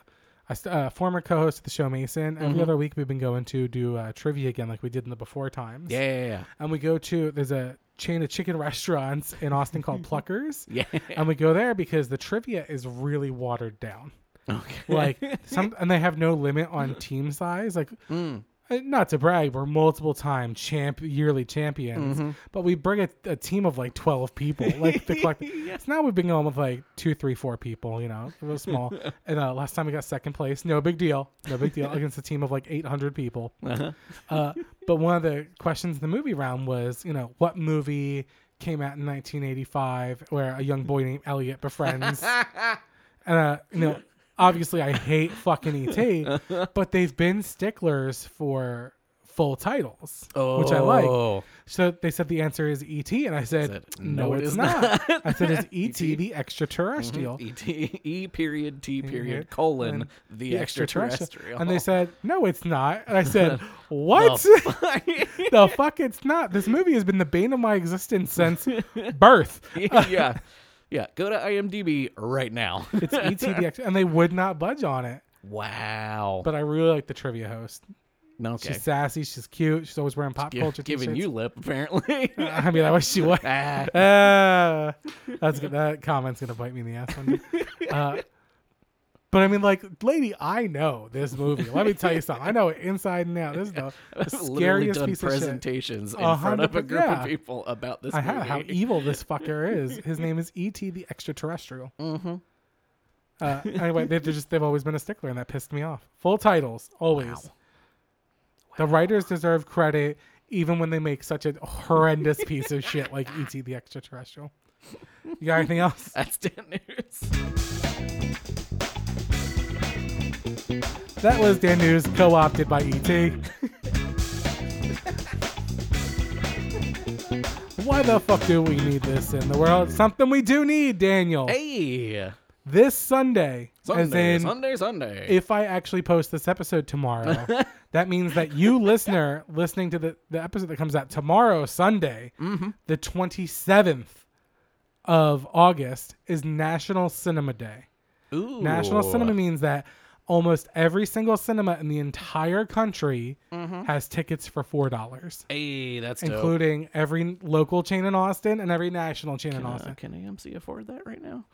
Speaker 3: I st- uh, former co-host of the show, Mason.
Speaker 2: Mm-hmm.
Speaker 3: Every other week, we've been going to do uh, trivia again, like we did in the before times.
Speaker 2: yeah.
Speaker 3: And we go to there's a chain of chicken restaurants in Austin called Pluckers.
Speaker 2: Yeah.
Speaker 3: And we go there because the trivia is really watered down.
Speaker 2: Okay.
Speaker 3: Like some, and they have no limit on team size. Like, uh, not to brag, we're multiple time champ yearly champions, but we bring a, a team of like twelve people. Like the collect- so now we've been going with like two, three, four people. You know, real small. and uh, last time we got second place, no big deal, no big deal against a team of like eight hundred people. Uh, but one of the questions in the movie round was, you know, what movie came out in 1985 where a young boy named Elliot befriends, and uh, you know, obviously I hate fucking ET, but they've been sticklers for full titles, which I like.
Speaker 2: Oh.
Speaker 3: So they said the answer is ET, and I said,
Speaker 2: Said,
Speaker 3: no, it's not. E Mm-hmm. I said it's ET, the extraterrestrial.
Speaker 2: E, T- E period T period colon the,
Speaker 3: The
Speaker 2: extraterrestrial.
Speaker 3: And they said, no, it's not. And I said, what?
Speaker 2: Oh.
Speaker 3: the fuck it's not. This movie has been the bane of my existence since birth.
Speaker 2: yeah. Yeah. Go to IMDb right now.
Speaker 3: It's E ETDX, and they would not budge on it.
Speaker 2: wow.
Speaker 3: But I really like the trivia host.
Speaker 2: no,
Speaker 3: She's sassy. She's cute. She's always wearing pop
Speaker 2: Gi-
Speaker 3: culture.
Speaker 2: giving
Speaker 3: t-shirts.
Speaker 2: you lip apparently.
Speaker 3: I mean, I wish she would.
Speaker 2: Ah,
Speaker 3: Ah, that's good. that comment's gonna bite me in the ass. One day. Uh, but I mean, like, lady, I know this movie. Let me tell you something. I know it inside and out. This is the, the
Speaker 2: I've literally
Speaker 3: scariest
Speaker 2: done
Speaker 3: piece of shit.
Speaker 2: presentations in
Speaker 3: A
Speaker 2: front
Speaker 3: hundred
Speaker 2: of a
Speaker 3: per-
Speaker 2: group
Speaker 3: yeah.
Speaker 2: of people about this
Speaker 3: I
Speaker 2: movie.
Speaker 3: have how e evil this fucker is. His name is E. T. the extraterrestrial. Mm-hmm. Uh, anyway, they've just they've always been a stickler, and that pissed me off. Full titles always. The writers deserve credit, even when they make such a horrendous piece of shit like E. T. the extraterrestrial. You got anything else?
Speaker 2: That's Dan News.
Speaker 3: That was Dan News, co-opted by E ET. Why the fuck do we need this in the world? Something we do need, Daniel.
Speaker 2: Hey,
Speaker 3: This Sunday, as
Speaker 2: Sunday,
Speaker 3: in
Speaker 2: Sunday, Sunday.
Speaker 3: if I actually post this episode tomorrow, that means that you, listener, listening to the, the episode that comes out tomorrow, Sunday,
Speaker 2: Mm-hmm.
Speaker 3: the 27th of August, is National Cinema Day.
Speaker 2: Ooh.
Speaker 3: National Cinema means that almost every single cinema in the entire country has tickets for $4.
Speaker 2: Hey, that's Mm-hmm. dope.
Speaker 3: Including every local chain in Austin and every national chain in Austin.
Speaker 2: Uh, can AMC afford that right now?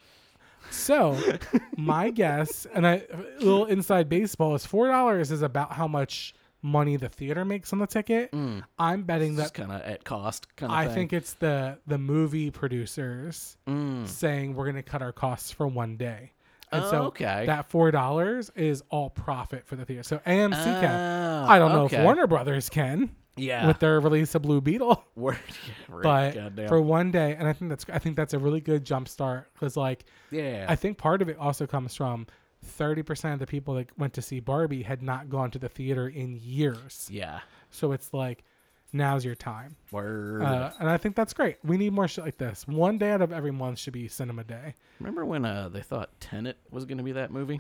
Speaker 3: So, my guess, and I a little inside baseball is four dollars is about how much money the theater makes on the ticket. I'm betting
Speaker 2: That's
Speaker 3: that
Speaker 2: kind of at cost. Mm. Kind of.
Speaker 3: I think it's the the movie producers
Speaker 2: Mm.
Speaker 3: saying we're going to cut our costs for one day. And
Speaker 2: Oh,
Speaker 3: so
Speaker 2: okay.
Speaker 3: that four dollars is all profit for the theater. So AMC can.
Speaker 2: Oh,
Speaker 3: I don't know if
Speaker 2: okay. Ah.
Speaker 3: Warner Brothers can
Speaker 2: Yeah.
Speaker 3: with their release of Blue Beetle
Speaker 2: Word. Yeah, right.
Speaker 3: but
Speaker 2: Goddamn.
Speaker 3: for one day and i think that's i think that's a really good jump start because like
Speaker 2: Yeah.
Speaker 3: i think part of it also comes from 30% of the people that went to see barbie had not gone to the theater in years
Speaker 2: yeah.
Speaker 3: so it's like now's your time.
Speaker 2: Word.
Speaker 3: Uh, and I think that's great. We need more shit like this. One day out of every month should be cinema day.
Speaker 2: Remember when uh, they thought Tenet was going to be that movie?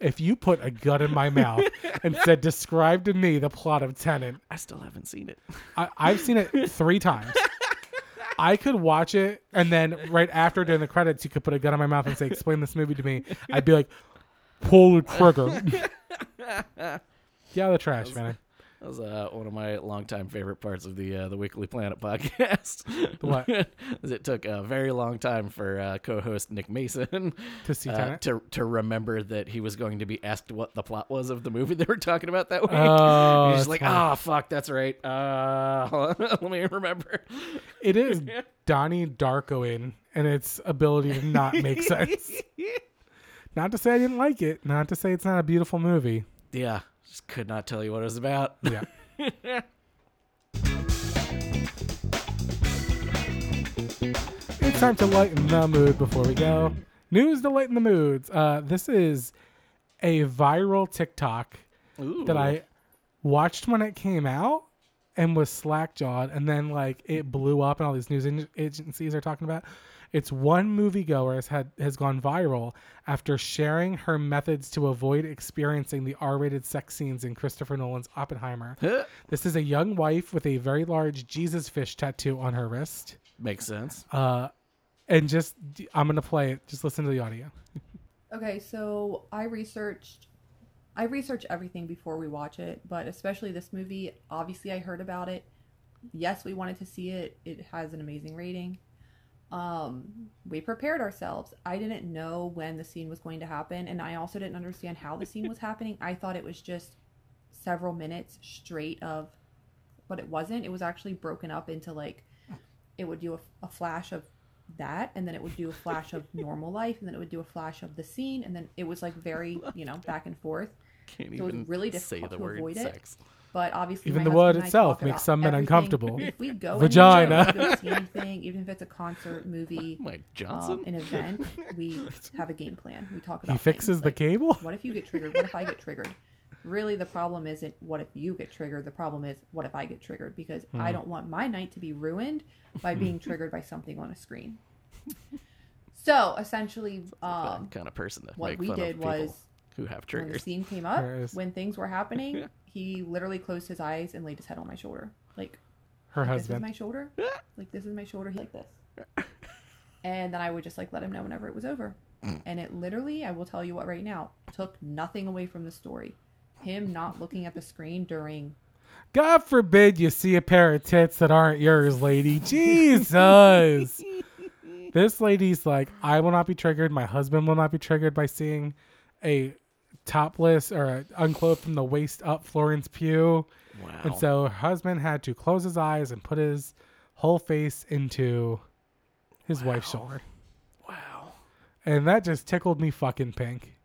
Speaker 3: If you put a gun in my mouth and said, "Describe to me the plot of Tenant,"
Speaker 2: I still haven't seen it.
Speaker 3: I, I've seen it three times. I could watch it and then right after during the credits, you could put a gun in my mouth and say, "Explain this movie to me." I'd be like, "Pull the trigger." yeah, the trash man.
Speaker 2: That was uh, one of my longtime favorite parts of the uh, the Weekly Planet podcast.
Speaker 3: what?
Speaker 2: Is it took a very long time for uh, co-host Nick Mason
Speaker 3: To see
Speaker 2: uh,
Speaker 3: Tenet?
Speaker 2: to to remember that he was going to be asked what the plot was of the movie they were talking about that week.
Speaker 3: Oh,
Speaker 2: He's
Speaker 3: that's
Speaker 2: just like,
Speaker 3: funny.
Speaker 2: ah, fuck, that's right. Uh, let me remember.
Speaker 3: It is Donnie Darko in and its ability to not make sense. Not to say I didn't like it. Not to say it's not a beautiful movie.
Speaker 2: Yeah, just could not tell you what it was about.
Speaker 3: Yeah. it's time to lighten the mood before we go. News to lighten the moods. Uh, this is a viral TikTok
Speaker 2: Ooh.
Speaker 3: that I watched when it came out and was slackjawed, and then like it blew up, and all these news ag- agencies are talking about. It's one moviegoer has had has gone viral after sharing her methods to avoid experiencing the R-rated sex scenes in Christopher Nolan's Oppenheimer.
Speaker 2: Huh.
Speaker 3: this is a young wife with a very large Jesus fish tattoo on her wrist,
Speaker 2: makes sense.
Speaker 3: uh, and just I'm gonna play it. Just listen to the audio.
Speaker 5: Okay, so I researched I research everything before we watch it, but especially this movie, obviously I heard about it. Yes, we wanted to see it. It has an amazing rating. Um, we prepared ourselves. I didn't know when the scene was going to happen, and I also didn't understand how the scene was happening. I thought it was just several minutes straight of but it wasn't. It was actually broken up into like it would do a, a flash of that and then it would do a flash of normal life and then it would do a flash of the scene and then it was like very you know back and forth
Speaker 2: Can't
Speaker 5: it was
Speaker 2: even
Speaker 5: really
Speaker 2: say
Speaker 5: difficult
Speaker 2: the
Speaker 5: to
Speaker 2: word
Speaker 5: avoid it.
Speaker 2: sex. Oh
Speaker 5: but obviously
Speaker 3: Even the
Speaker 5: my husband
Speaker 3: word
Speaker 5: and I
Speaker 3: itself
Speaker 5: talk
Speaker 3: makes
Speaker 5: about
Speaker 3: some men
Speaker 5: everything.
Speaker 3: uncomfortable.
Speaker 5: if we go
Speaker 3: Vagina.
Speaker 5: anywhere, if we go see anything even if it's a concert movie
Speaker 2: Mike Johnson.
Speaker 5: um, an event we have a game plan we talk about
Speaker 3: He fixes
Speaker 5: things,
Speaker 3: the
Speaker 5: like,
Speaker 3: cable.
Speaker 5: what if you get triggered? What if I get triggered? Really, the problem isn't what if you get triggered. The problem is what if I get triggered because I
Speaker 2: Hmm.
Speaker 5: don't want my night to be ruined by being triggered by something on a screen. So essentially, um,
Speaker 2: kind of person to
Speaker 5: what
Speaker 2: make
Speaker 5: we
Speaker 2: fun
Speaker 5: did
Speaker 2: of people
Speaker 5: was-
Speaker 2: who have
Speaker 5: when the
Speaker 2: triggers.
Speaker 5: scene came up,
Speaker 3: There is-
Speaker 5: when things were happening, he literally closed his eyes and laid his head on my shoulder, like
Speaker 3: Her
Speaker 5: this is
Speaker 3: husband.
Speaker 5: my shoulder. Like this is my shoulder. He like this. And then I would just like let him know whenever it was over. And it literally, I will tell you what right now, took nothing away from the story. Him not looking at the screen during
Speaker 3: God forbid you see a pair of tits that aren't yours, lady. Jesus. this lady's like, I will not be triggered. My husband will not be triggered by seeing a topless or a unclothed from the waist up Florence Pugh.
Speaker 2: wow.
Speaker 3: And so her husband had to close his eyes and put his whole face into his wife's shoulder.
Speaker 2: wow.
Speaker 3: And that just tickled me fucking pink.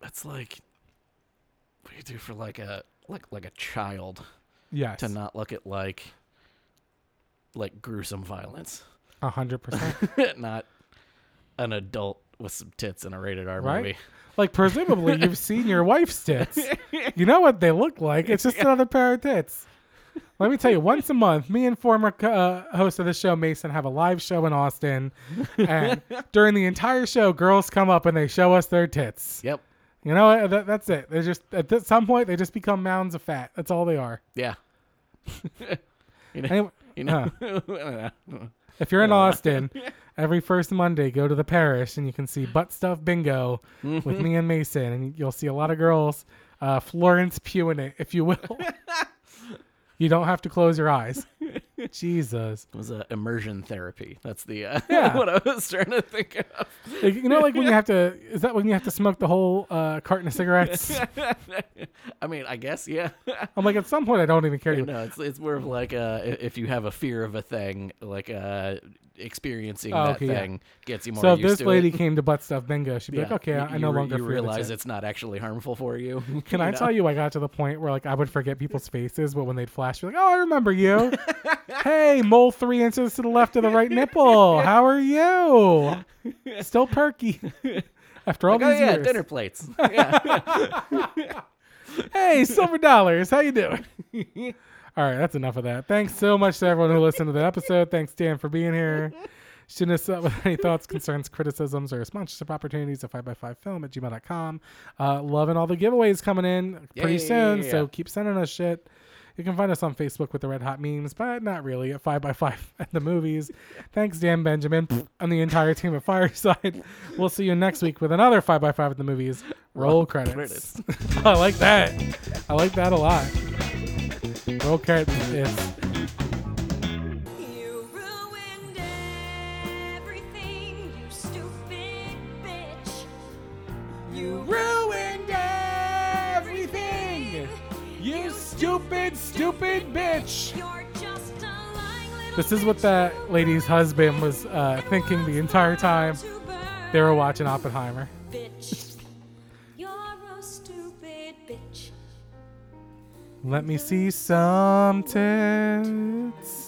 Speaker 2: That's like what do you do for like a like like a child
Speaker 3: Yes.
Speaker 2: to not look at like like gruesome violence,
Speaker 3: a 100%.
Speaker 2: not an adult with some tits in a rated R
Speaker 3: Right?
Speaker 2: movie.
Speaker 3: Like presumably you've seen your wife's tits. You know what they look like. It's just another pair of tits. Let me tell you, once a month, me and former uh, host of the show Mason have a live show in Austin, and during the entire show, girls come up and they show us their tits.
Speaker 2: Yep.
Speaker 3: You know, what? that, that's it. They just at th- some point they just become mounds of fat. That's all they are.
Speaker 2: Yeah. you know,
Speaker 3: Anyway,
Speaker 2: you know.
Speaker 3: if you're in Austin, every first Monday, go to the parish and you can see butt stuff bingo with
Speaker 2: Mm-hmm.
Speaker 3: me and Mason, and you'll see a lot of girls, uh, Florence Pugh in it, if you will. you don't have to close your eyes. Jesus,
Speaker 2: It was uh, immersion therapy. That's the uh,
Speaker 3: Yeah.
Speaker 2: what I was trying to think of.
Speaker 3: Like, you know, like when you have to. Is that when you have to smoke the whole uh, carton of cigarettes?
Speaker 2: I mean, I guess yeah.
Speaker 3: I'm like, at some point, I don't even care.
Speaker 2: no, it's it's more of like uh, i- if you have a fear of a thing, like uh, experiencing
Speaker 3: Oh,
Speaker 2: that
Speaker 3: okay, yeah.
Speaker 2: thing gets you more.
Speaker 3: So if
Speaker 2: used
Speaker 3: this
Speaker 2: to
Speaker 3: lady
Speaker 2: it.
Speaker 3: came to butt stuff bingo, she'd be like,
Speaker 2: Yeah.
Speaker 3: "Okay, I,
Speaker 2: You-
Speaker 3: I no
Speaker 2: you re-
Speaker 3: longer
Speaker 2: you
Speaker 3: fear the
Speaker 2: realize
Speaker 3: tits.
Speaker 2: it's not actually harmful for you.
Speaker 3: Can I tell you, I got to the point where like I would forget people's faces, but when they'd flash, be like, "Oh, I remember you. hey, mole three inches to the left of the right nipple. How are you? Still perky after all
Speaker 2: Like, oh
Speaker 3: these
Speaker 2: yeah,
Speaker 3: years.
Speaker 2: dinner plates. Yeah.
Speaker 3: hey, silver dollars, how you doing? All right, that's enough of that. Thanks so much to everyone who listened to the episode. Thanks, Dan, for being here. Shoot us up with any thoughts, concerns, criticisms, or sponsorship opportunities at 5x5film at gmail.com. Uh, loving all the giveaways coming in pretty soon,
Speaker 2: Yeah.
Speaker 3: so keep sending us shit. You can find us on Facebook with the Red Hot Memes, but not really at 5x5 at the movies. Thanks, Dan Benjamin, and the entire team at Fireside. We'll see you next week with another 5x5 at the movies. Roll credits. I like that. I like that a lot. Roll credits. It's-
Speaker 6: You ruined everything, you stupid bitch. You ruined everything.
Speaker 3: You stupid, stupid bitch.
Speaker 6: You're just a lying little
Speaker 3: This is what that lady's husband was uh, thinking the entire time they were watching Oppenheimer.
Speaker 6: bitch. You're a stupid bitch.
Speaker 3: Let me see some tits.